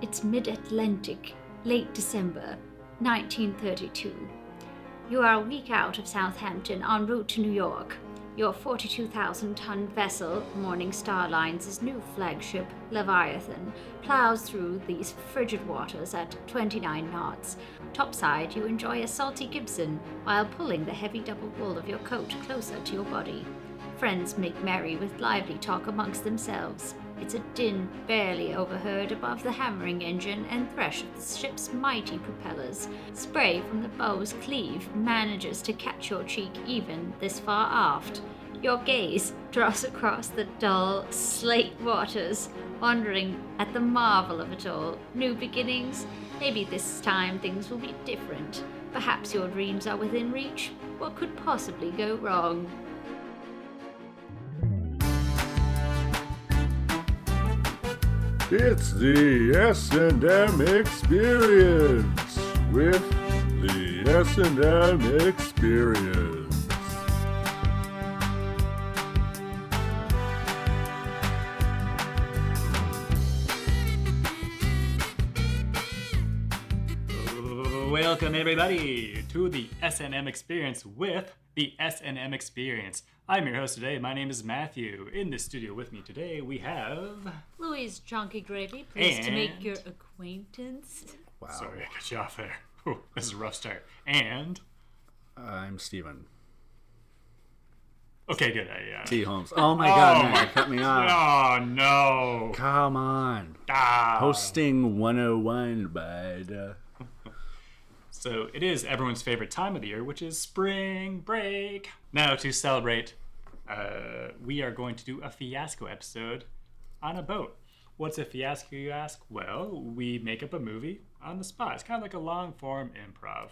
It's mid Atlantic, late December, 1932. You are a week out of Southampton en route to New York. Your 42,000 ton vessel, Morning Star Lines' new flagship, Leviathan, plows through these frigid waters at 29 knots. Topside, you enjoy a salty Gibson while pulling the heavy double wool of your coat closer to your body. Friends make merry with lively talk amongst themselves. It's a din barely overheard above the hammering engine and thresh of the ship's mighty propellers. Spray from the bow's cleave manages to catch your cheek even this far aft. Your gaze draws across the dull, slate waters, wondering at the marvel of it all. New beginnings? Maybe this time things will be different. Perhaps your dreams are within reach. What could possibly go wrong? It's the S&M Experience with the S&M Experience. Welcome everybody to the SNM Experience with the SNM Experience. I'm your host today. My name is Matthew. In the studio with me today, we have. Louise Jonky Gravy, pleased to make And- your acquaintance. Wow. Sorry, I cut you off there. Whew, this is a rough start. And I'm Steven okay, good. I, uh, T. Holmes. Oh my god, Oh. man, cut me off. oh no! Come on. Ah. Hosting 101, bud. Uh, So it is everyone's favorite time of the year, which is spring break. Now to celebrate, uh, we are going to do a fiasco episode on a boat. What's a fiasco, you ask? Well, we make up a movie on the spot. It's kind of like a long form improv.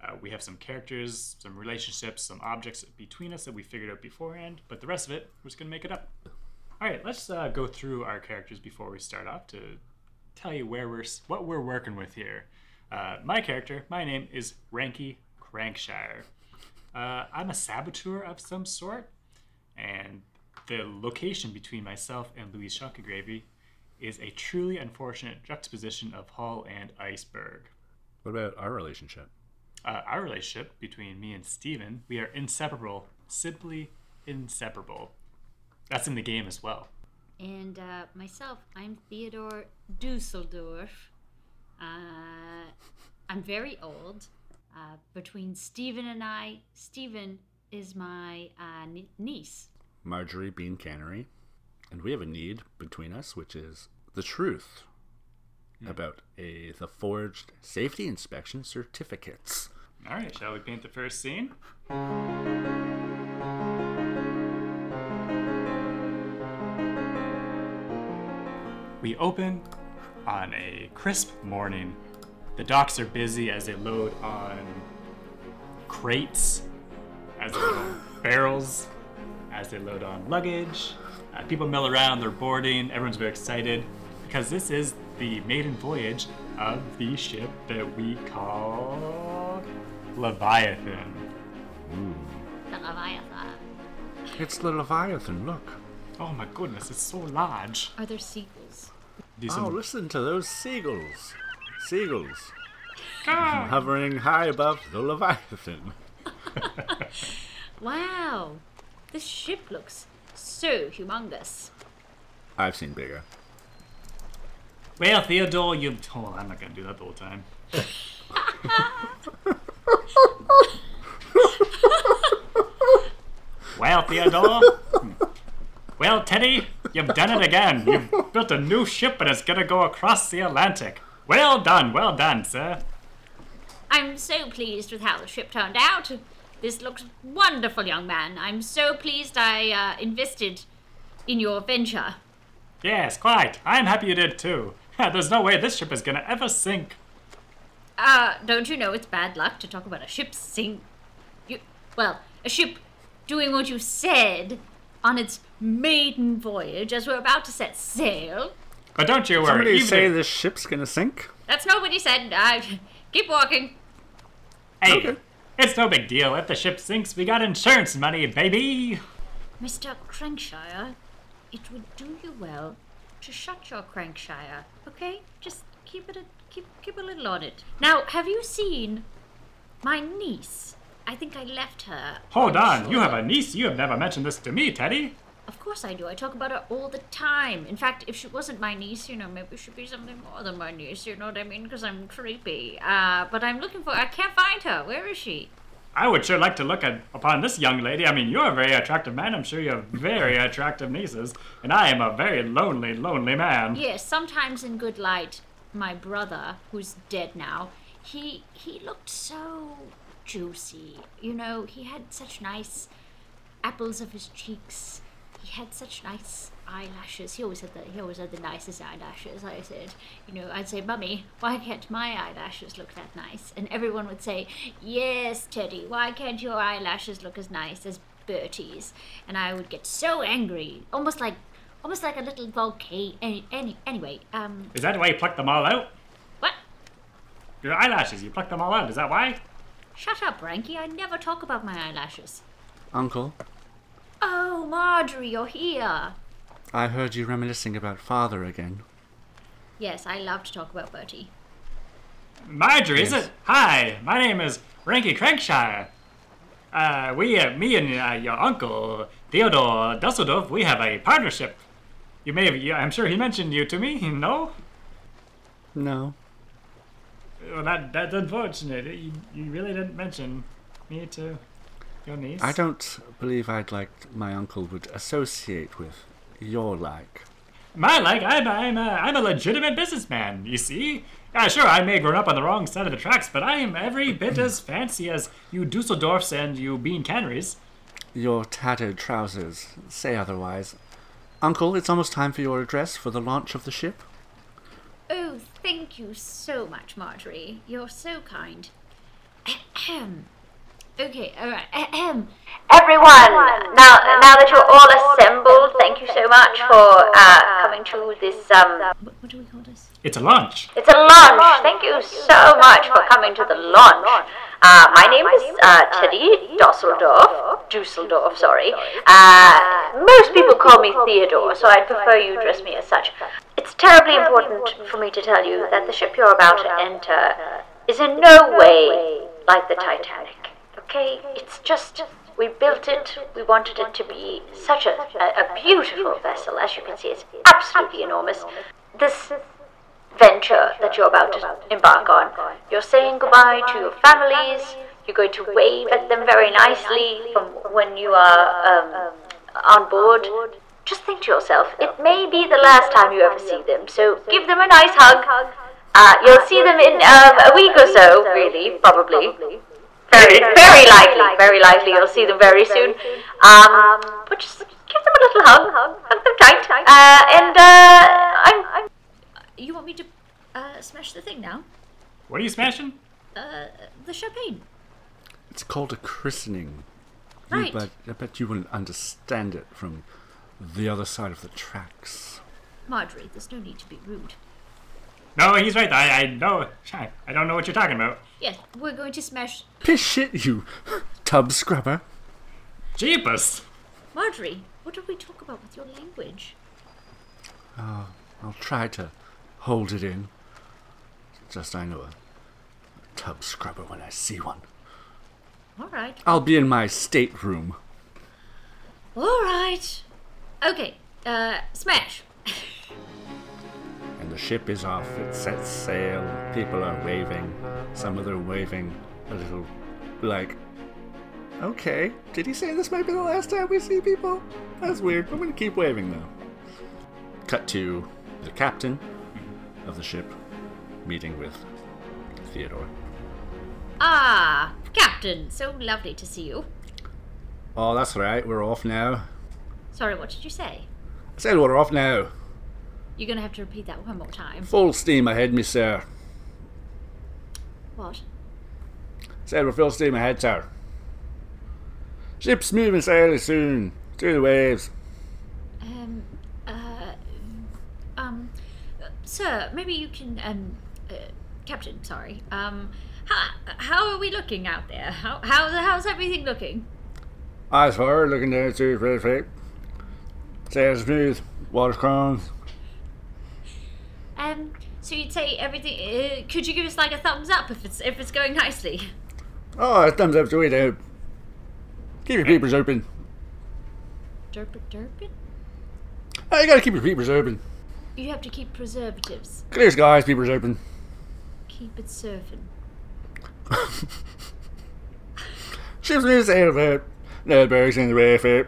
Uh, we have some characters, some relationships, some objects between us that we figured out beforehand, but the rest of it, we're just going to make it up. All right, let's uh, go through our characters before we start off to tell you where we're what we're working with here. Uh, my character, my name is Ranky Crankshire. Uh, I'm a saboteur of some sort, and the location between myself and Louise Shankagravy is a truly unfortunate juxtaposition of Hull and Iceberg. what about our relationship? Uh, our relationship between me and Steven, we are inseparable, simply inseparable. That's in the game as well. And uh, myself, I'm Theodore Dusseldorf. Uh, I'm very old. Uh, between Stephen and I, Stephen is my uh, nie- niece. Marjorie Bean Cannery. And we have a need between us, which is the truth about a the forged safety inspection certificates. All right, shall we paint the first scene? We open on a crisp morning. The docks are busy as they load on crates, as they load on barrels, as they load on luggage. Uh, people mill around, they're boarding, everyone's very excited because this is the maiden voyage of the ship that we call Leviathan. The Leviathan. It's the Leviathan, look. Oh my goodness, it's so large. Are there seagulls? Do Oh, some- listen to those seagulls. Seagulls. Hovering high above the Leviathan. Wow! This ship looks so humongous. I've seen bigger. well, Theodore, you. Oh, I'm not gonna do that the whole time. well, Theodore. Hmm. Well, Teddy, you've done it again. You've built a new ship and it's gonna go across the Atlantic. Well done, well done, sir. I'm so pleased with how the ship turned out. This looks wonderful, young man. I'm so pleased I uh, invested in your venture. Yes, quite. I'm happy you did too. There's no way this ship is gonna ever sink. Uh, don't you know it's bad luck to talk about a ship sink? You, well, a ship doing what you said on its maiden voyage as we're about to set sail. But don't you worry. Somebody even say if- this ship's gonna sink? That's not what he said. I keep walking. Hey, Okay. it's no big deal. If the ship sinks, we got insurance money, baby. Mr. Crankshire, it would do you well to shut your Crankshire, okay? Just keep it a, keep keep a little on it. Now, have you seen my niece? I think I left her. Hold the on, you shoulder. have a niece. You have never mentioned this to me, Teddy. Of course I do. I talk about her all the time. In fact, if she wasn't my niece, you know, maybe she'd be something more than my niece. You know what I mean? Because I'm creepy. Uh, but I'm looking for. I can't find her. Where is she? I would sure like to look at, upon this young lady. I mean, you're a very attractive man. I'm sure you have very attractive nieces, and I am a very lonely, lonely man. Yes, sometimes in good light, my brother, who's dead now, he he looked so juicy. You know, he had such nice apples of his cheeks. He had such nice eyelashes. He always had the he always had the nicest eyelashes. I said, you know, I'd say, "Mummy, why can't my eyelashes look that nice?" And everyone would say, "Yes, Teddy, why can't your eyelashes look as nice as Bertie's?" And I would get so angry, almost like almost like a little volcano. Any, any anyway, um, Is that why you plucked them all out? what? Your eyelashes, you plucked them all out. Is that why? Shut up, Ranky. I never talk about my eyelashes. Uncle, Oh, Marjorie, you're here. I heard you reminiscing about father again. Yes, I love to talk about Bertie. Marjorie, is Yes. it? Hi, my name is Ranky Crankshire. Uh, we, uh, me and uh, your uncle Theodore Dusseldorf, we have a partnership. You may have, you, I'm sure he mentioned you to me. No, No. well, that that's unfortunate. You, you really didn't mention me to your niece. I don't believe I'd like my uncle would associate with your like. My like, I'm I'm a, I'm a legitimate businessman. You see. Yeah, sure, I may have grown up on the wrong side of the tracks, but I am every bit as fancy as you Dusseldorfs and you bean canneries. Your tattered trousers say otherwise. Uncle, it's almost time for your address for the launch of the ship. Oh, thank you so much, Marjorie. You're so kind. Ahem. Okay, all right. Ahem. Everyone, now now that you're all assembled, thank you so much for uh, coming to this um. What, what do we call this? It's a lunch. It's a launch. Thank you so much for coming to the launch. Uh, my name is uh, Teddy Dusseldorf. Dusseldorf, sorry. Uh, most people call me Theodore, so I'd prefer you address me as such. It's terribly important for me to tell you that the ship you're about to enter is in no way like the Titanic. Okay? It's just. We built it. We wanted it to be such a, a, a beautiful vessel. As you can see, it's absolutely enormous. This venture that you're about to embark on. You're saying goodbye to your families. You're going to wave at them very nicely from when you are um, on board. Just think to yourself, it may be the last time you ever see them, so give them a nice hug. Uh, you'll see them in um, a week or so, really, probably. Very, very likely, very likely you'll see them very soon. Um, but just give them a little hug, hug them tight, uh, and uh, I'm, I'm you want me to uh, smash the thing now? What are you smashing? Uh, the champagne. It's called a christening. You Right. bet, I bet you wouldn't understand it from the other side of the tracks. Marjorie, there's no need to be rude. No, he's right. I, I know. I, I don't know what you're talking about. Yes, we're going to smash. Piss shit, you tub scrubber. Jeepers. Marjorie, what did we talk about with your language? I'll try to hold it in. Just I know a tub scrubber when I see one. All right. I'll be in my stateroom. All right. Okay, uh, smash. and the ship is off. It sets sail. People are waving. Some of them are waving a little like, okay, did he say this might be the last time we see people? That's weird. I'm going to keep waving though. Cut to the captain of the ship meeting with Theodore. Ah, Captain, so lovely to see you. Oh, that's right. We're off now. Sorry, what did you say? I said we're off now. You're gonna have to repeat that one more time. Full steam ahead, me sir. What? Said we're full steam ahead, sir. Ship's moving sailly soon. To the waves. Um, uh, um, uh, sir, maybe you can, um, uh, Captain, sorry. Um, how, how are we looking out there? How, how, how's everything looking? Eyes forward, looking down through the flip. Sail smooth, water calm. Um, So you'd say everything. Uh, could you give us like a thumbs up if it's if it's going nicely? Oh, thumbs up to it out. Keep your peepers open. Derpit derpit. Oh, you gotta keep your peepers open. You have to keep preservatives. Clear skies, peepers open. Keep it surfing. Ships me to sail about. No berries in the rare fit.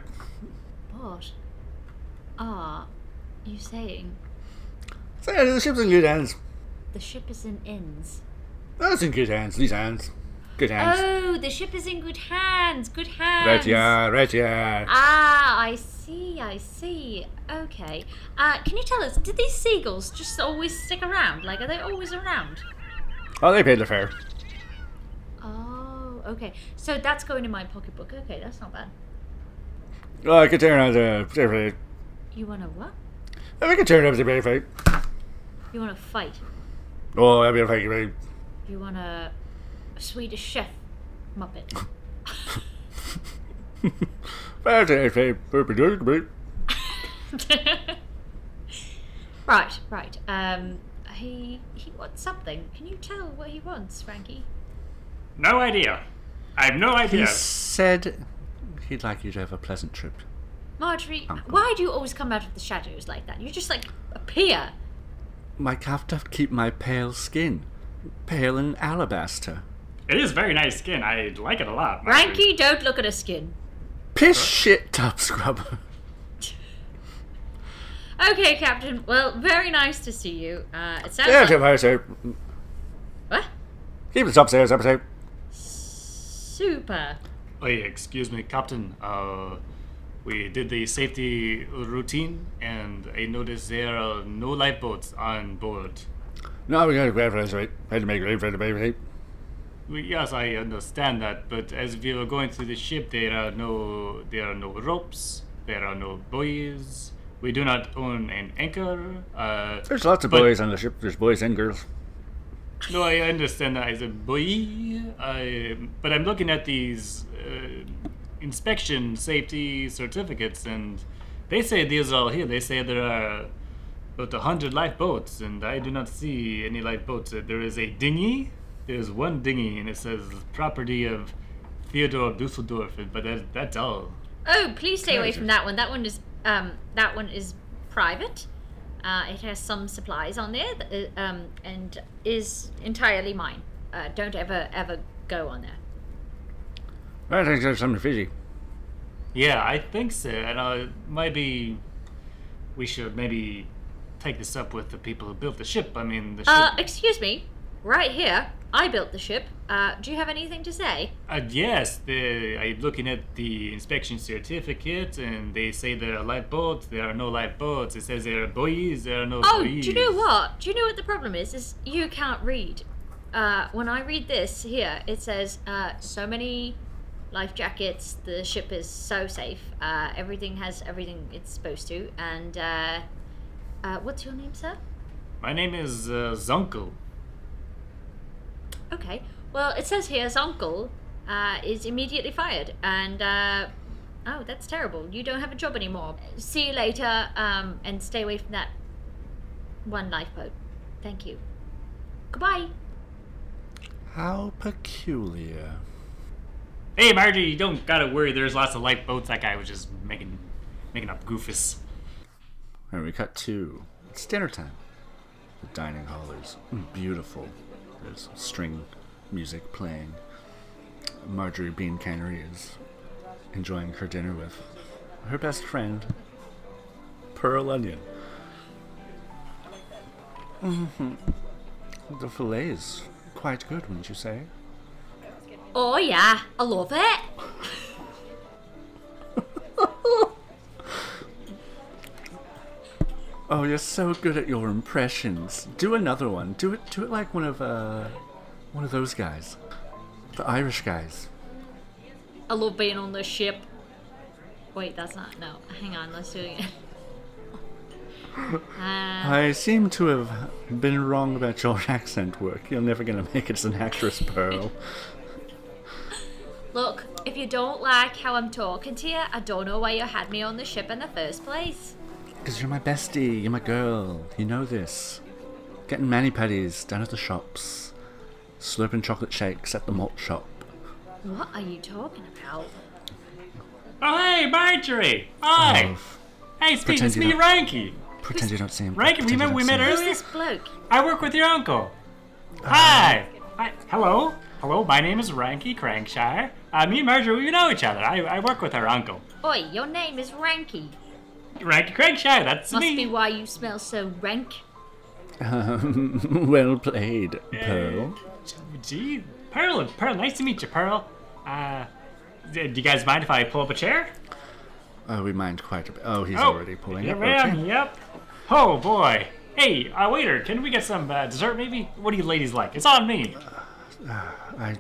What are you saying? So yeah, the ship's in good hands. The ship is in inns. That's in good hands. These hands. Good hands. Oh, the ship is in good hands. Good hands. right you are, right you are. Ah, I see. I see. Okay. Uh, can you tell us? Did these seagulls just always stick around? Like, are they always around? Oh, they paid the fare. Oh, okay. So that's going in my pocketbook. Okay, that's not bad. Well, Oh, I could turn out the fair fight. You want to what? We could turn up the fair fight. You want to fight? Oh, that'd be a fight, right? You want a Swedish chef muppet? Fair to fair purple dirt, right? right, right. Um, he he wants something. Can you tell what he wants, Frankie? No idea. I have no idea. said he'd like you to have a pleasant trip. Marjorie, Uncle. why do you always come out of the shadows like that? You just like appear. My calf doth keep my pale skin, pale and alabaster. It is very nice skin. I like it a lot. Marjorie. Frankie, don't look at her skin. Piss shit tub scrubber. Okay, Captain. Well, very nice to see you. Uh, it sounds Yeah, like tip high soap. what? Keep the top stairs up soap. super. Hey, Oh, excuse me, Captain. Uh, we did the safety routine, and I noticed there are no lifeboats on board. No, we gotta grab for this right. Had to make room for the baby. We- Yes, I understand that, but as we were going through the ship, there are no there are no ropes, there are no buoys. We do not own an anchor. Uh, There's lots of But- boys on the ship. There's boys and girls. no, I understand that as a buoy, I, but I'm looking at these uh, inspection safety certificates, and they say these are all here. They say there are about a hundred lifeboats, and I do not see any lifeboats. Uh, There is a dinghy. There's one dinghy, and it says property of Theodore Dusseldorf, but that, that's all. Oh, please stay away from that one. That one is um, that one is private. Uh, it has some supplies on there, th- uh, um, and is entirely mine. Uh, don't ever ever go on there. I think there's something fishy. Yeah, I think so. And uh, maybe we should maybe take this up with the people who built the ship. I mean, the ship. Uh, excuse me, right here. I built the ship. Uh, do you have anything to say? Uh, yes, the, I'm looking at the inspection certificate, and they say there are lifeboats. There are no lifeboats. It says there are buoys. There are no Oh, buoys. do you know what? Do you know what the problem is? Is you can't read. Uh, when I read this here, it says uh, so many life jackets. The ship is so safe. Uh, everything has everything it's supposed to. And uh, uh, what's your name, sir? My name is uh, Zunkel. Okay. Well, it says here his uncle uh, is immediately fired, and uh, oh, that's terrible. You don't have a job anymore. See you later, um, and stay away from that one lifeboat. Thank you. Goodbye. How peculiar. Hey, Margie, you don't gotta worry. There's lots of lifeboats. That guy was just making, making up goofus. And we cut to it's dinner time. The dining hall is beautiful. There's string music playing. Marjorie Bean Cannery is enjoying her dinner with her best friend, Pearl Onion. hmm Mm-hmm. The fillet is quite good, wouldn't you say? Oh yeah, I love it. Oh, you're so good at your impressions. Do another one. Do it. Do it like one of uh, one of those guys, the Irish guys. I love being on the ship. Wait, that's not no. Hang on, let's do it. again. Uh, I seem to have been wrong about your accent work. You're never going to make it as an actress, Pearl. look, if you don't like how I'm talking to you, I don't know why you had me on the ship in the first place. Because you're my bestie. You're my girl. You know this. Getting mani pedis down at the shops, slurping chocolate shakes at the malt shop. What are you talking about? Oh, hey, Marjorie! Hi! Of- hey, speak, Oh, pretend it's me, you don't- Ranky. pretend you don't see him. Right, pretend you remember don't we see met him. Who's Really? this bloke? I work with your uncle. Uh-huh. Hi. Hi. Hello. Hello. My name is Ranky Crankshire. Uh, me and Marjorie, we know each other. I, I work with her uncle. Oi, your name is Ranky. Ranky Crankshire. That's Must me. be why you smell so rank. Um, well played, Pearl. Gee, Pearl. Pearl. Nice to meet you, Pearl. Uh, d- do you guys mind if I pull up a chair? Oh, we mind quite a bit. Oh, he's already pulling yeah, up. ma'am, Okay. Yep. Oh boy. Hey, uh, waiter. Can we get some uh, dessert, maybe? What do you ladies like? It's on me. I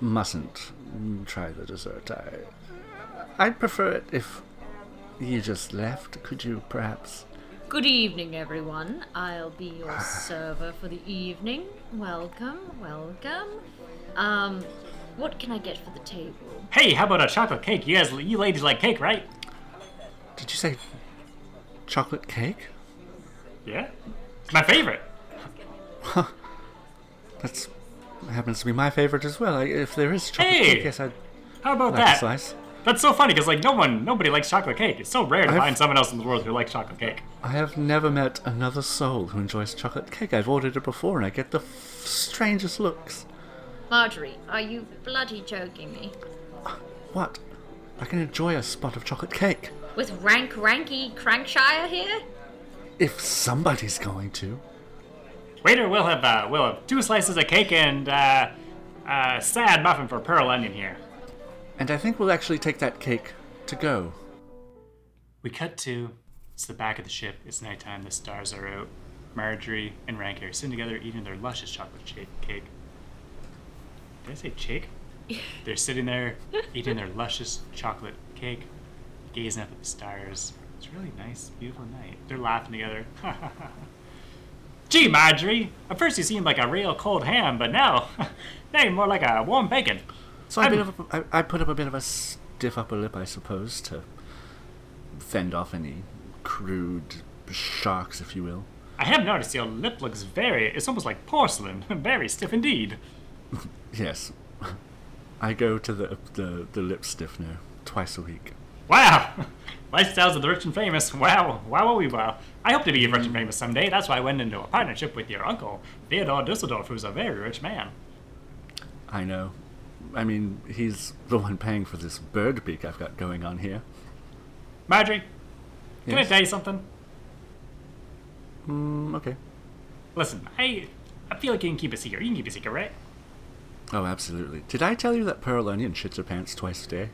mustn't try the dessert. I, I'd prefer it if you just left. Could you perhaps? Good evening, everyone. I'll be your server for the evening. Welcome, welcome. Um, what can I get for the table? Hey, how about a chocolate cake? You guys, you ladies like cake, right? Did you say chocolate cake? Yeah. It's my favorite. That's happens to be my favorite as well. I, if there is chocolate Hey! cake, yes, I'd How about like a that? slice. That's so funny because like no one, nobody likes chocolate cake. It's so rare to I've- find someone else in the world who likes chocolate cake. I have never met another soul who enjoys chocolate cake. I've ordered it before, and I get the f- strangest looks. Marjorie, are you bloody joking me? What? I can enjoy a spot of chocolate cake With rank, ranky Crankshire here? if somebody's going to. Waiter, we'll have uh, we'll have two slices of cake and uh, uh, sad muffin for pearl onion here. And I think we'll actually take that cake to go. We cut to it's the back of the ship. It's nighttime. The stars are out. Marjorie and Ranky are sitting together eating their luscious chocolate shake- cake. Did I say cake? They're sitting there eating their luscious chocolate cake, gazing up at the stars. It's a really nice, beautiful night. They're laughing together. Gee, Marjorie, at first you seemed like a real cold ham, but now, now you're more like a warm bacon. So I, I'm- bit of a, I, I put up a bit of a stiff upper lip, I suppose, to fend off any crude sharks, if you will. I have noticed your lip looks very, it's almost like porcelain, very stiff indeed. Yes, I go to the the, the lip stiffener twice a week. Wow! Lifestyles of the rich and famous. Wow, wow, wow, wow. I hope to be rich and famous someday. That's why I went into a partnership with your uncle, Theodore Dusseldorf, who's a very rich man. I know. I mean, he's the one paying for this bird beak I've got going on here. Marjorie, can I Yes. tell you something? Mm, okay. Listen, I, I feel like you can keep a secret. You can keep a secret, right? Oh, absolutely. Did I tell you that Pearl Onion shits her pants twice a day?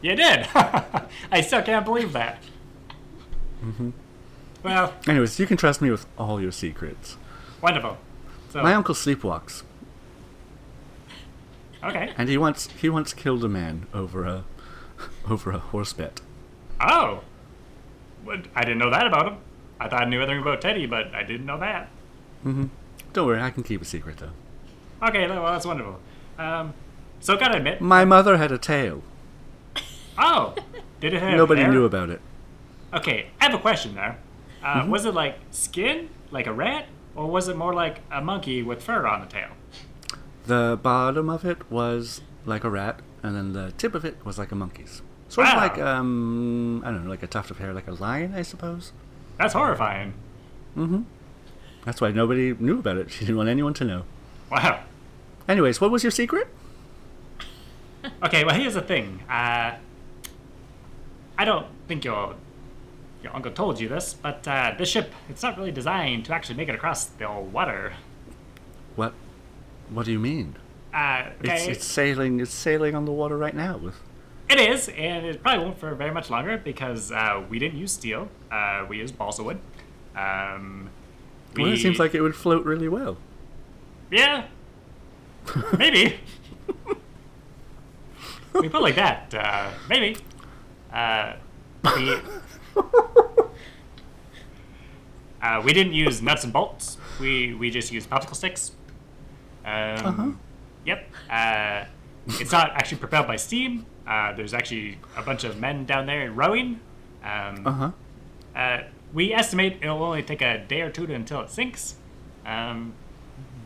You did! I still can't believe that. Mm-hmm. Well, Anyways, you can trust me with all your secrets. wonderful. So, My uncle sleepwalks, okay. and he once he once killed a man over a over a horse bet. Oh! What- I didn't know that about him. I thought I knew everything about Teddy, but I didn't know that. Don't worry, I can keep a secret though. Okay, well, that's wonderful. Um, so, gotta admit, My mother had a tail. Oh, did it have? Nobody hair? knew about it. Mm-hmm. Okay, I have a question there. Uh, Was it like skin, like a rat, or was it more like a monkey with fur on the tail? The bottom of it was like a rat, and then the tip of it was like a monkey's. Sort of Wow. like um, I don't know, like a tuft of hair, like a lion, I suppose. That's horrifying. That's why nobody knew about it. She didn't want anyone to know. Wow. Anyways, what was your secret? Okay, well here's the thing. Uh, I don't think your your uncle told you this, but uh, this ship it's not really designed to actually make it across the water. What? What do you mean? Uh, It's, okay, it's sailing. It's sailing on the water right now. With it is, and it probably won't for very much longer because uh, we didn't use steel. Uh, we used balsa wood. Um, well, it seems we- like it would float really well. Yeah. Maybe. we put it like that. Uh, maybe. Uh, we, uh, we didn't use nuts and bolts. We we just used popsicle sticks. Um, Yep. Uh, it's not actually propelled by steam. Uh, there's actually a bunch of men down there rowing. Um, Uh huh. uh, we estimate it'll only take a day or two to, until it sinks. Um,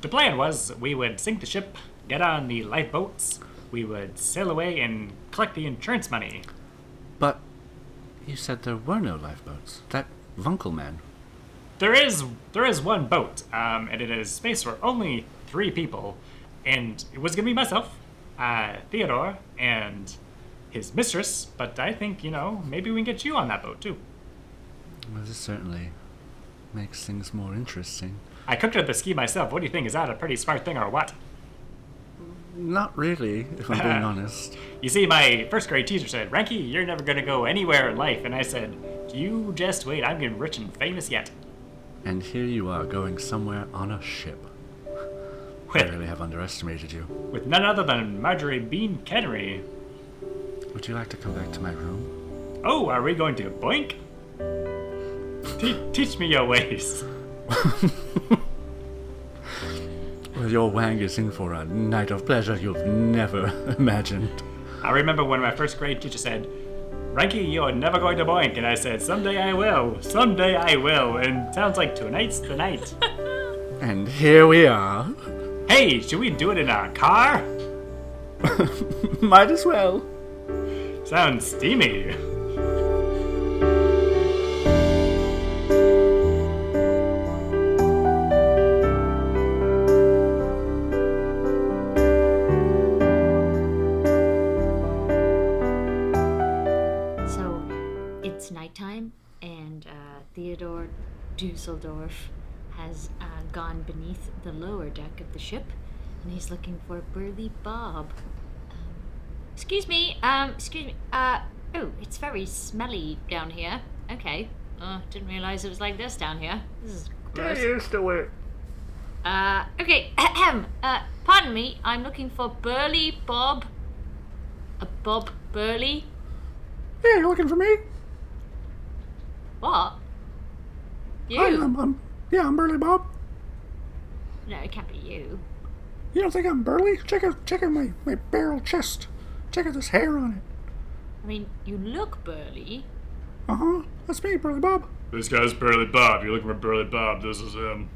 the plan was we would sink the ship, get on the lifeboats, we would sail away and collect the insurance money. But you said there were no lifeboats. That Vunkelman. There is there is one boat, um, and it is space for only three people, and it was gonna be myself, uh, Theodore, and his mistress. But I think you know maybe we can get you on that boat too. Well, this certainly makes things more interesting. I cooked up the ski myself. What do you think? Is that a pretty smart thing or what? Not really, if I'm being honest. You see, my first grade teacher said, Ranky, you're never gonna go anywhere in life. And I said, You just wait, I'm getting rich and famous yet. And here you are going somewhere on a ship. I With, really have underestimated you. with none other than Marjorie Bean Kennery. Would you like to come back to my room? Oh, are we going to boink? Te- teach me your ways. Well, your Wang is in for a night of pleasure you've never imagined. I remember when my first grade teacher said, Ranky, you're never going to boink. And I said, Someday I will. Someday I will. And sounds like tonight's the night. And here we are. hey, should we do it in our car? Might as well. Sounds steamy. So it's nighttime, and uh, Theodore Dusseldorf has uh, gone beneath the lower deck of the ship, and he's looking for Burly Bob. Um, excuse me. Um, excuse me. Uh, oh, it's very smelly down here. Okay. Uh, didn't realize it was like this down here. This is gross. used to it. Uh, okay. Ahem. Uh, pardon me. I'm looking for Burly Bob. A Bob Burly. Yeah, you're looking for me? What? You? Hi, I'm, I'm, yeah, I'm Burly Bob. No, it can't be you. You don't think I'm burly? Check out, check out my, my barrel chest. Check out this hair on it. I mean, you look burly. Uh huh. That's me, Burly Bob. This guy's Burly Bob. You're looking for Burly Bob. This is him.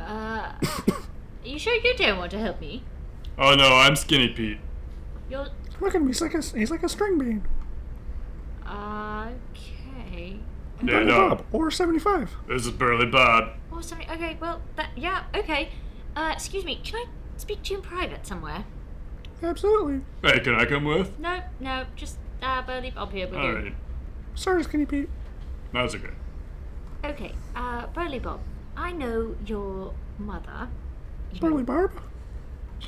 Uh, are you sure you don't want to help me? Oh no, I'm Skinny Pete. You're Look at him. He's like a, he's like a string bean. okay. I'm Yeah, Burly no. Bob, or 75. This is Burly Bob. Or something. Oh, Okay, well, that yeah, okay. Uh, excuse me. Can I speak to you in private somewhere? Absolutely. Hey, can I come with? No, no, just uh, burly Bob Mm-hmm. here with you. Sorry, Skinny Pete. that's okay. Okay, uh, burly Bob. I know your mother. You know Burly Barb.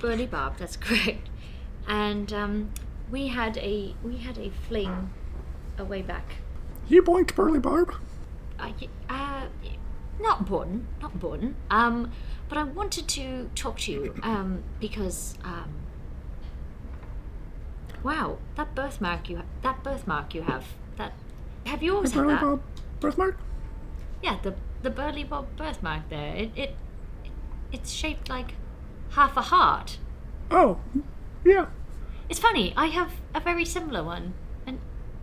Burly Bob, that's correct. And um, we had a we had a fling a way back. You boinked Burly Barb. I, uh, not born, not born. Um, but I wanted to talk to you um, because um, wow, that birthmark you that birthmark you have that have you always had Burly that? Bob. Birthmark? Yeah, the the burly bob birthmark there. It, it it it's shaped like half a heart. Oh, yeah. It's funny. I have a very similar one, and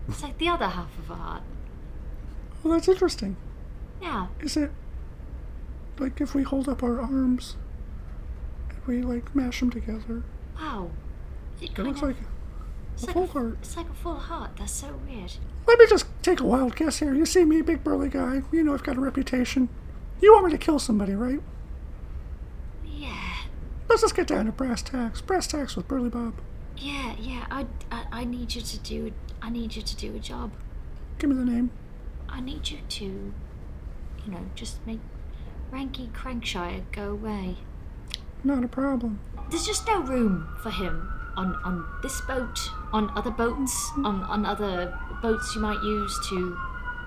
it's like the other half of a heart. Well, that's interesting. Yeah. Is it like if we hold up our arms and we like mash them together? Wow. It It kind looks of- like. it's a like full f- heart. It's like a full heart. That's so weird. Let me just take a wild guess here. You see me, big burly guy. You know I've got a reputation. You want me to kill somebody, right? Yeah. Let's just get down to brass tacks. Brass tacks with Burly Bob. Yeah, yeah. I, I, I need you to do. I need you to do a job. Give me the name. I need you to, you know, just make Ranky Crankshire go away. Not a problem. There's just no room for him on on this boat, on other boats, on on other boats you might use to,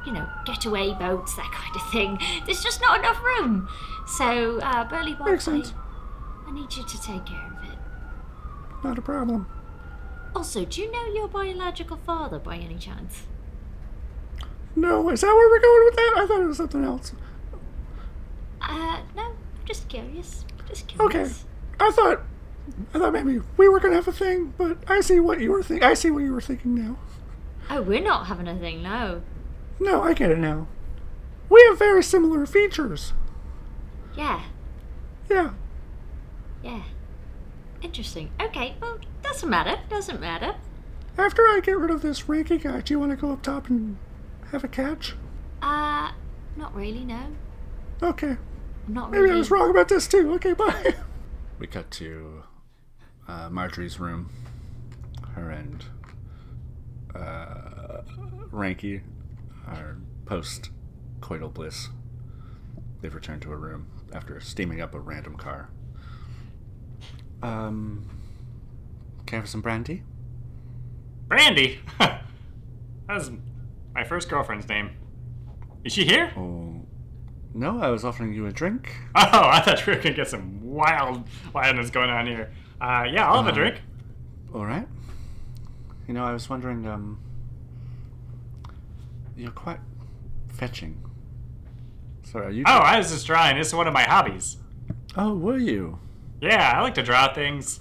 you know, getaway boats, that kind of thing. There's just not enough room. So, uh, Burly Bob, Makes I, sense. I need you to take care of it. Not a problem. Also, do you know your biological father by any chance? No, is that where we're going with that? I thought it was something else. Uh, no, I'm just curious. Just Okay. curious. I thought I thought maybe we were gonna have a thing, but I see what you were think I see what you were thinking now. Oh, we're not having a thing, no. No, I get it now. We have very similar features. Yeah. Yeah. Yeah. Interesting. Okay, well, doesn't matter. Doesn't matter. After I get rid of this Reiki guy, do you want to go up top and have a catch? Uh, not really, no. Okay. I'm not Maybe really. I was wrong about this too. Okay, bye. We cut to uh, Marjorie's room. Her and uh, Ranky are post coital bliss. They've returned to her room after steaming up a random car. Um, care for some brandy? Brandy! that was my first girlfriend's name. Is she here? Oh, Oh, no, I was offering you a drink. I thought we were gonna get some wild wildness going on here. Uh, yeah, I'll have a Uh, drink. All right. You know, I was wondering, um, you're quite fetching. Ah! Sorry, are you? Oh, I was just trying. It's one of my hobbies. Oh, were you? Yeah, I like to draw things.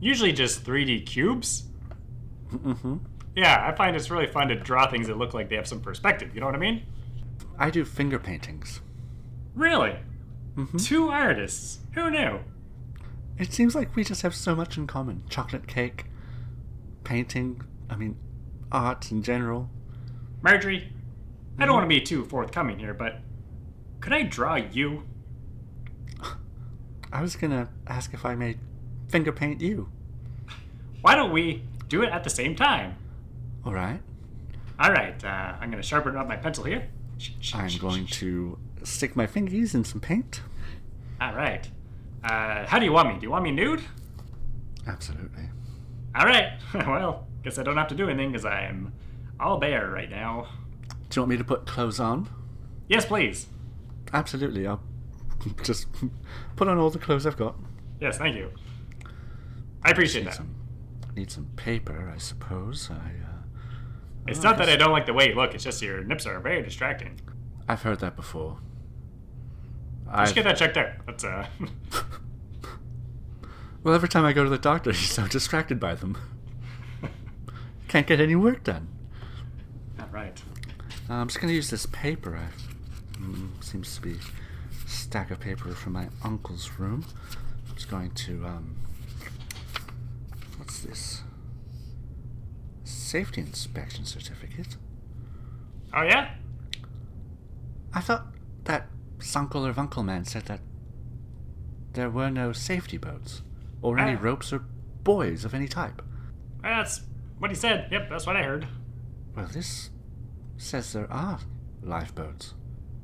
Usually just 3D cubes. Mm-hmm. Yeah, I find it's really fun to draw things that look like they have some perspective. You know what I mean? I do finger paintings. Really? hmm Two artists. Who knew? It seems like we just have so much in common: chocolate cake, painting. I mean, art in general. Marjorie, I Mm-hmm. don't want to be too forthcoming here, but could I draw you? I was gonna ask if I may finger paint you. Why don't we do it at the same time? All right. All right, uh, I'm going to sharpen up my pencil here. I'm going to stick my fingers in some paint. All right. Uh, how do you want me? Do you want me nude? Absolutely. All right. well, guess I don't have to do anything because I'm all bare right now. Do you want me to put clothes on? Yes, please. Absolutely. I'll just put on all the clothes I've got. Yes, thank you. I appreciate Need that. some, need some paper, I suppose. I, uh, It's not that I don't like the way you look. It's just your nips are very distracting. I've heard that before. Just I've, get that checked out. That's uh. well, every time I go to the doctor, he's so distracted by them. Can't get any work done. all right. Uh, I'm just going to use this paper. I, mm, seems to be a stack of paper from my uncle's room. I'm just going to. Um, what's this? Safety inspection certificate. Oh yeah. I thought that Sunkle or Vunkle man said that there were no safety boats, or any Ah. ropes or buoys of any type. That's what he said. Yep, that's what I heard. Well, this says there are lifeboats.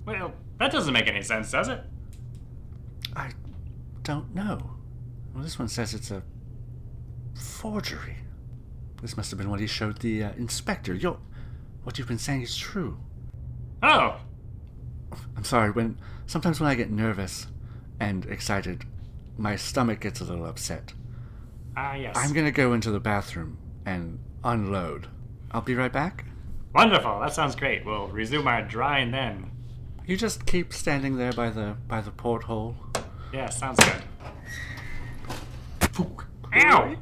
Well, that doesn't make any sense, does it? I don't know. Well, this one says it's a forgery. This must have been what he showed the uh, inspector. Your, what you've been saying is true. Oh, I'm sorry. When sometimes when I get nervous and excited, my stomach gets a little upset. ah yes. I'm gonna go into the bathroom and unload. I'll be right back. Wonderful. That sounds great. We'll resume our drawing then. You just keep standing there by the by the porthole. Yeah, sounds good. Ow!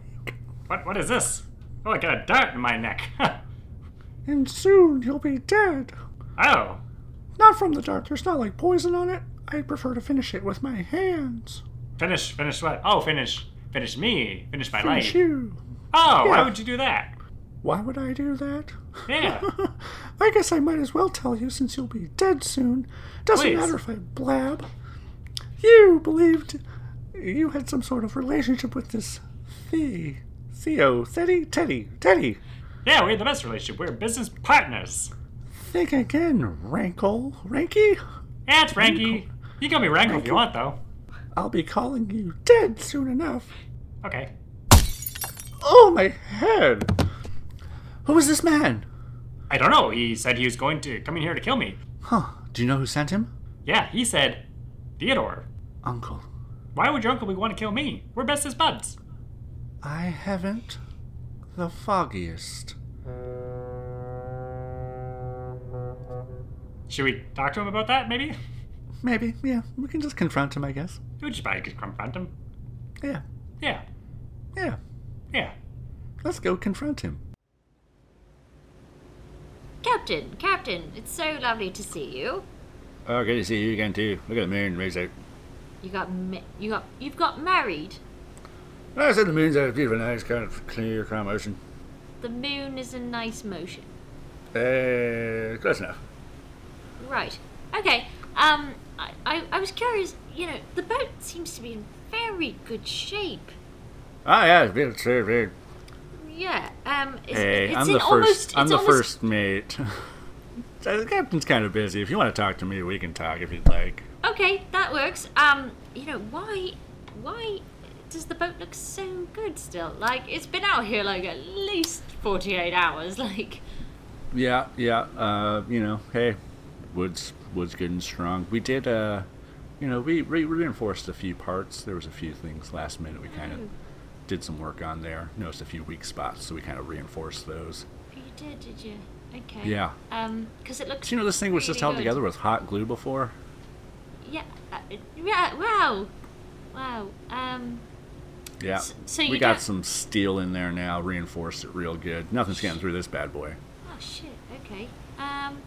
What? What is this? Oh, I got a dart in my neck. And soon you'll be dead. oh, Not from the dark. There's not like poison on it. I prefer to finish it with my hands. finish, finish what? Oh, finish, finish me, finish my life. you. Oh, why Yeah. would you do that? Why would I do that? Yeah. I guess I might as well tell you since you'll be dead soon. Doesn't Please. matter if I blab. You believed you had some sort of relationship with this Thee. Theo, Teddy, Teddy, Teddy. Yeah, we had the best relationship. We're business partners. Think again, Rankle. Ranky? Yeah, it's Frankie. You can call me Rankle if you want, though. I'll be calling you dead soon enough. Okay. Oh, my head! Who is this man? I don't know. He said he was going to come in here to kill me. Huh. Do you know who sent him? Yeah, he said, Theodore, Uncle. why would your uncle be want to kill me? We're best as buds. I haven't the foggiest. Should we talk to him about that, maybe? Maybe, yeah. We can just confront him, I guess. We just probably could confront him. Yeah, Yeah, yeah. yeah. Let's go confront him. Captain, Captain, it's so lovely to see you. Oh, good to see you again, too. Look at the moon, raise out. You got ma- you got you've got married. I said it means that beautiful, nice, kind of clear, calm ocean. The moon is in nice motion. Uh, close enough. Right. Okay. Um, I, I, I was curious. You know, the boat seems to be in very good shape. Ah, yeah, it's been it's, uh, Yeah. Um, it's, Hey, it's I'm in the almost. first. I'm it's the almost, first mate. So the captain's kind of busy. If you want to talk to me, we can talk if you'd like. Okay, that works. Um, you know, why, why does the boat look so good still? Like, it's been out here like at least forty-eight hours. Like, Yeah, yeah. Uh, you know, hey, Woods, Woods, good and strong. We did. Uh, you know, we re- reinforced a few parts. There was a few things last minute. We kind of Mm-hmm. did some work on there. Noticed a few weak spots, so we kind of reinforced those. you did, did you? Okay. Yeah. Um, because it looks. Do you know this thing was just held really good. together with hot glue before? Yeah. Uh, yeah. Wow. Wow. Um. Yeah. S- so we you got don't- some steel in there now. Reinforced it real good. Nothing's getting through this bad boy. Oh shit. Okay. Um.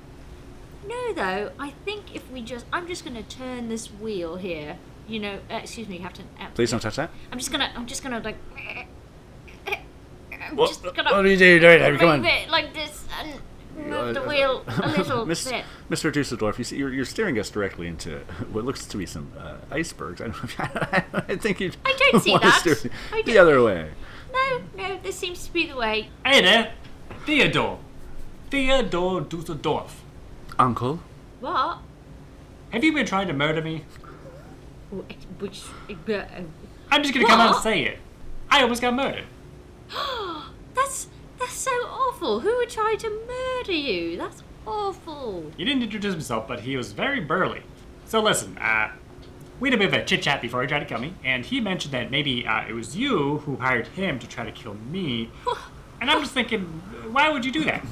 No, though. I think if we just, I'm just gonna turn this wheel here. You know. Uh, excuse me, Captain. Uh, Please don't touch that. I'm just gonna. I'm just gonna like. I'm What, just gonna what are you doing? Right there? move Come on. it like this and Uh, move the wheel a little Miss- bit. Mr. Dusseldorf, you see, you're, you're staring us directly into what looks to be some uh, icebergs. I, don't, I think you. I don't see that. I the don't- other way. No, no. This seems to be the way. Hey there, Theodore. Theodore Dusseldorf. Uncle. What? Have you been trying to murder me? Which? uh, I'm just gonna come out and What? say it. I almost got murdered. that's that's so awful. Who would try to murder you? That's awful. He didn't introduce himself, but he was very burly. So listen, uh, we had a bit of a chit chat before he tried to kill me, and he mentioned that maybe uh, it was you who hired him to try to kill me. And I'm just thinking, why would you do that?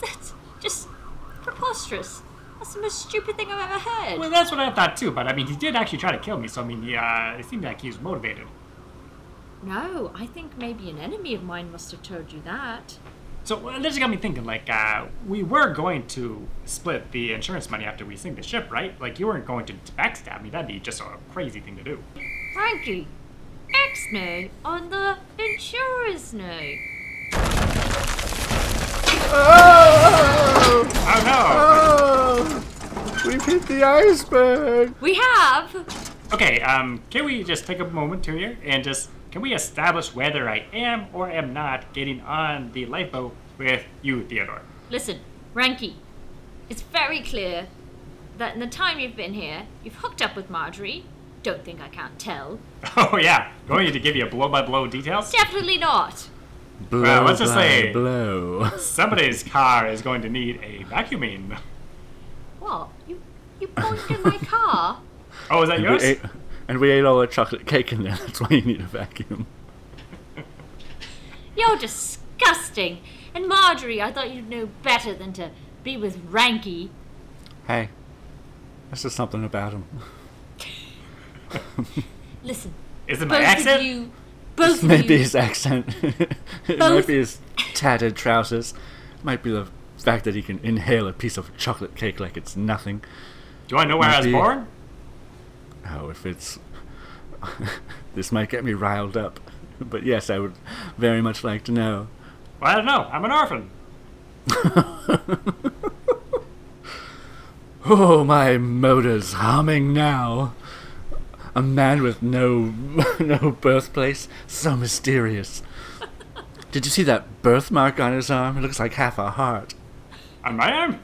That's just preposterous. That's the most stupid thing I've ever heard. Well, that's what I thought too. But I mean, he did actually try to kill me, so I mean, he, uh, it seemed like he was motivated. no, I think maybe an enemy of mine must have told you that. So well, this got me thinking. Like, uh, we were going to split the insurance money after we sink the ship, right? Like, you weren't going to backstab me. That'd be just a crazy thing to do. Frankie, X no on the insurer's no. Oh! Oh no. Oh! We've hit the iceberg. We have. Okay. Um, can we just take a moment to here and just can we establish whether I am or am not getting on the lifeboat with you, Theodore? Listen, Frankie, it's very clear that in the time you've been here, you've hooked up with Marjorie. Don't think I can't tell. Oh yeah. Going to give you blow by blow details. Definitely not. Blow, let's just blow, say- blow. Somebody's car is going to need a vacuuming. What? You you pointed in my car? Oh, is that And yours? we, ate, and we ate all the chocolate cake in there. That's why you need a vacuum. You're disgusting. And Marjorie, I thought you'd know better than to be with Ranky. Hey, that's just something about him. Listen, Is it my both accent? of you, both of Maybe you. his accent. it Both- might be his tattered trousers. Might be the fact that he can inhale a piece of chocolate cake like it's nothing. Do I know where I was Maybe. born? Oh, if it's. this might get me riled up. But yes, I would very much like to know. Well, I don't know. I'm an orphan. Oh, my motor's humming now. A man with no no birthplace, so mysterious. Did you see that birthmark on his arm? It looks like half a heart. On my arm?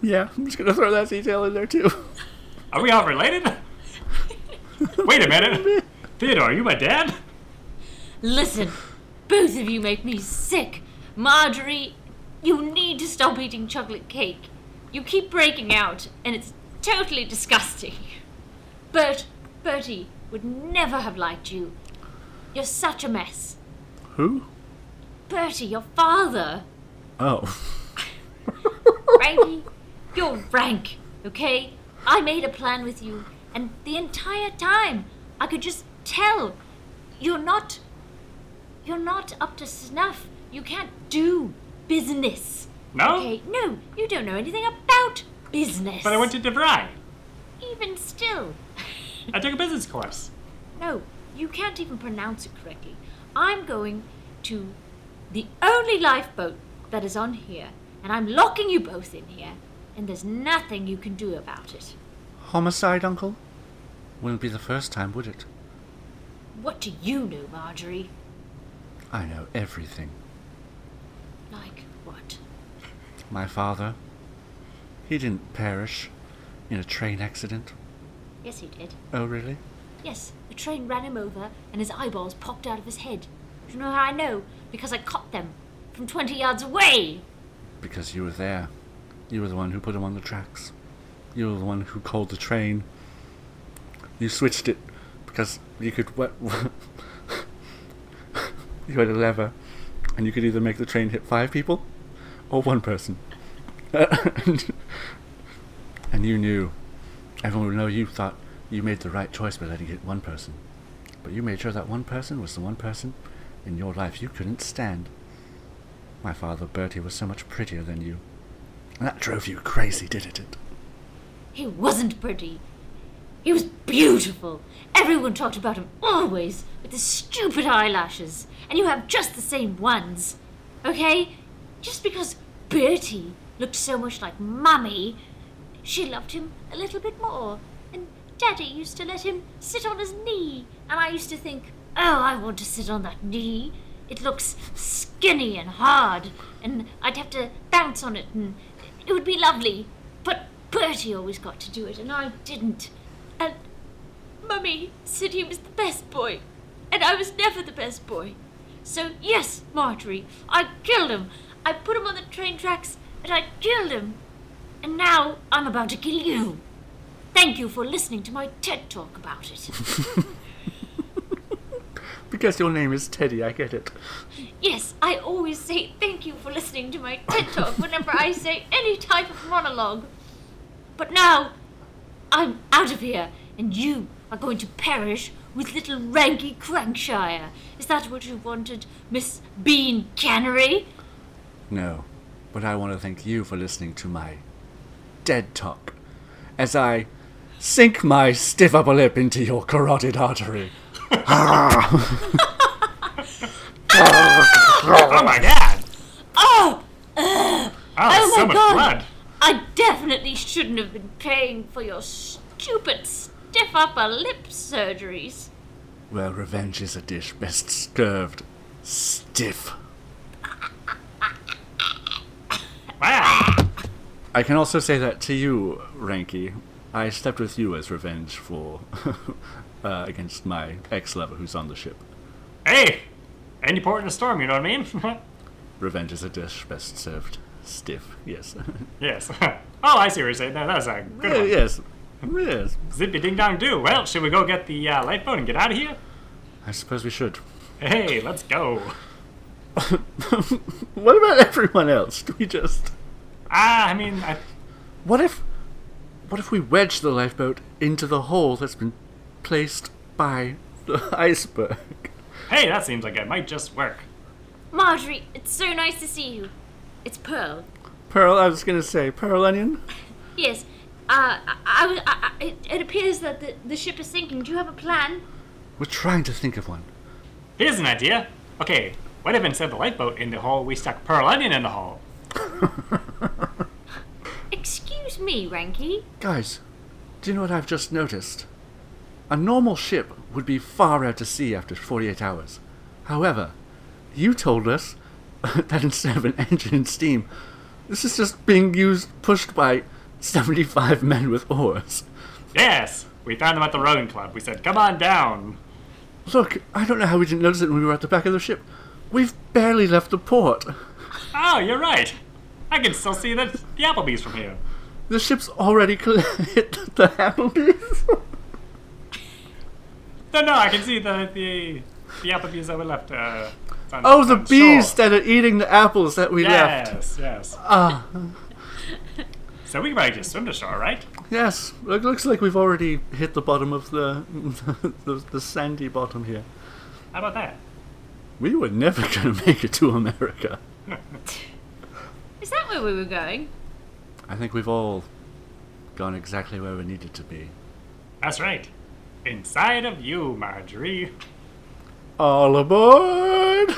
Yeah, I'm just gonna throw that detail in there too. Are we all related? Wait a minute. Theodore, are you my dad? Listen, both of you make me sick. Marjorie, you need to stop eating chocolate cake. You keep breaking out, and it's totally disgusting. Bert, Bertie would never have liked you. You're such a mess. Who? Bertie, your father. Oh. Ranky, you're rank, okay? I made a plan with you, and the entire time I could just tell you're not. You're not up to snuff. You can't do business. No? Okay, no, you don't know anything about business. But I went to DeVry. Even still. I took a business course. No, you can't even pronounce it correctly. I'm going to the only lifeboat that is on here, and I'm locking you both in here, and there's nothing you can do about it. Homicide, Uncle? Wouldn't be the first time, would it? What do you know, Marjorie? I know everything. Like what? My father. He didn't perish in a train accident. Yes, he did. Oh, really? Yes, the train ran him over, and his eyeballs popped out of his head. Do you know how I know? Because I caught them from 20 yards away! Because you were there. You were the one who put him on the tracks. You were the one who called the train. You switched it because you could. What? you had a lever, and you could either make the train hit five people or one person. and you knew. Everyone would know you thought you made the right choice by letting it hit one person. But you made sure that one person was the one person in your life you couldn't stand. My father, Bertie, was so much prettier than you. And that drove you crazy, didn't it? He wasn't pretty. He was beautiful. Everyone talked about him always with his stupid eyelashes, and you have just the same ones. Okay? Just because Bertie looked so much like Mummy, she loved him a little bit more. And Daddy used to let him sit on his knee, and I used to think, oh, I want to sit on that knee. It looks skinny and hard, and I'd have to bounce on it, and it would be lovely. But Bertie always got to do it, and I didn't. And Mummy said he was the best boy, and I was never the best boy. So, yes, Marjorie, I killed him. I put him on the train tracks, and I killed him. And now I'm about to kill you. Thank you for listening to my TED talk about it. Because your name is Teddy, I get it. Yes, I always say thank you for listening to my TED Talk whenever I say any type of monologue. But now, I'm out of here, and you are going to perish with little Ranky Crankshire. Is that what you wanted, Miss Bean Cannery? No, but I want to thank you for listening to my dead talk as I sink my stiff upper lip into your carotid artery. Oh my god! Oh, Oh, Oh so my much God. blood. I definitely shouldn't have been paying for your stupid stiff upper lip surgeries. Well, revenge is a dish best served stiff. Wow. I can also say that to you, Ranky. I slept with you as revenge for uh, against my ex-lover who's on the ship. Hey, and you pour it in a storm. You know what I mean? Revenge is a dish best served stiff. Yes. yes. oh, I see what you're saying. No, that was a good one. yes. Yes. Zippy ding dong do. Well, should we go get the uh, lifeboat and get out of here? I suppose we should. Hey, let's go. What about everyone else? Do we just Ah, I mean, I, What if what if we wedge the lifeboat into the hole that's been placed by the iceberg? hey, that seems like it might just work. Marjorie, it's so nice to see you. It's Pearl. Pearl, I was gonna say, Pearl Onion? Yes. Uh, I, I, was- I, I, it, it appears that the, the ship is sinking. Do you have a plan? We're trying to think of one. Here's an idea. Okay, what if instead of the lifeboat in the hole, we stuck Pearl Onion in the hole? Excuse me, Ranky. Guys, do you know what I've just noticed? A normal ship would be far out to sea after 48 hours. However, you told us that instead of an engine and steam, this is just being used, pushed by 75 men with oars. Yes, we found them at the rowing club. We said, come on down. Look, I don't know how we didn't notice it when we were at the back of the ship. We've barely left the port. Oh, you're right. I can still see the, the Applebee's from here. The ship's already cl- hit the Applebee's. No, no, I can see the the, the Applebee's that we left. Uh, on- Oh, the on bees shore. that are eating the apples that we left. Yes, yes. Ah. So we can probably just swim to shore, right? Yes, it looks like we've already hit the bottom of the the, the sandy bottom here. How about that? We were never going to make it to America. Is that where we were going? I think we've all gone exactly where we needed to be. That's right. Inside of you, Marjorie. All aboard!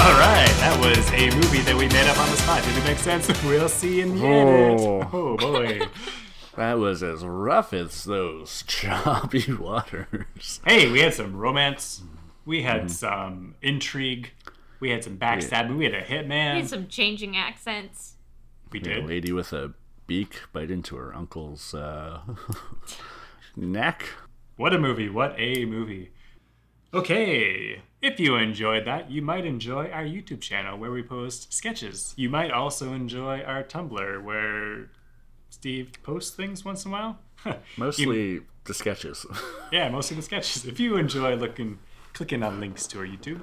All right, that was a movie that we made up on the spot. Did it make sense? We'll see in the edit. Oh. Oh boy. That was as rough as those choppy waters. hey, we had some romance. We had some intrigue. We had some backstabbing. We had a hitman. Need some changing accents. we A did. lady with a beak bite into her uncle's uh, neck. What a movie. What a movie. Okay. If you enjoyed that, you might enjoy our YouTube channel where we post sketches. You might also enjoy our Tumblr where Steve posts things once in a while. Mostly the sketches. Yeah, mostly the sketches. If you enjoy looking, clicking on links to our YouTube,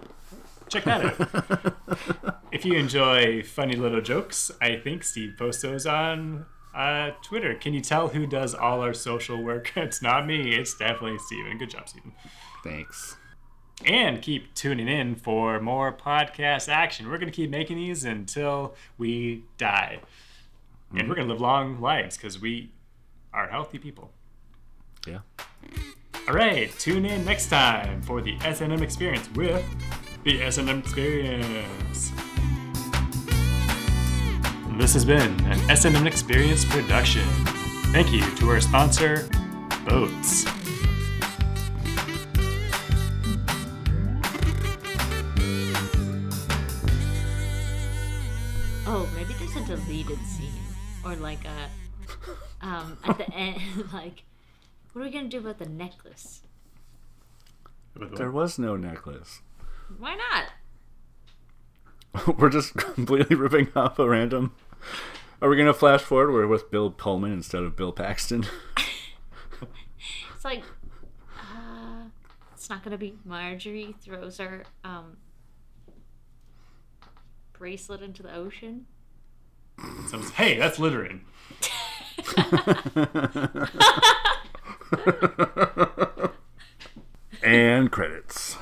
check that out. if you enjoy funny little jokes, I think Steve posts those on uh, Twitter. Can you tell who does all our social work? It's not me. It's definitely Steven. Good job, Steven. Thanks. And keep tuning in for more podcast action. We're going to keep making these until we die. And we're going to live long lives because we are healthy people. Yeah. All right, tune in next time for the S&M Experience with the S&M Experience. This has been an S&M Experience production. Thank you to our sponsor, Boats. Oh, maybe there's a deleted scene or like a um at the end like what are we gonna do about the necklace? There was no necklace. Why not? We're just completely ripping off a random. Are we going to flash forward? We're with Bill Pullman instead of Bill Paxton. It's like uh, it's not gonna be Marjorie throws her um bracelet into the ocean. Someone's- Hey, that's littering. and credits.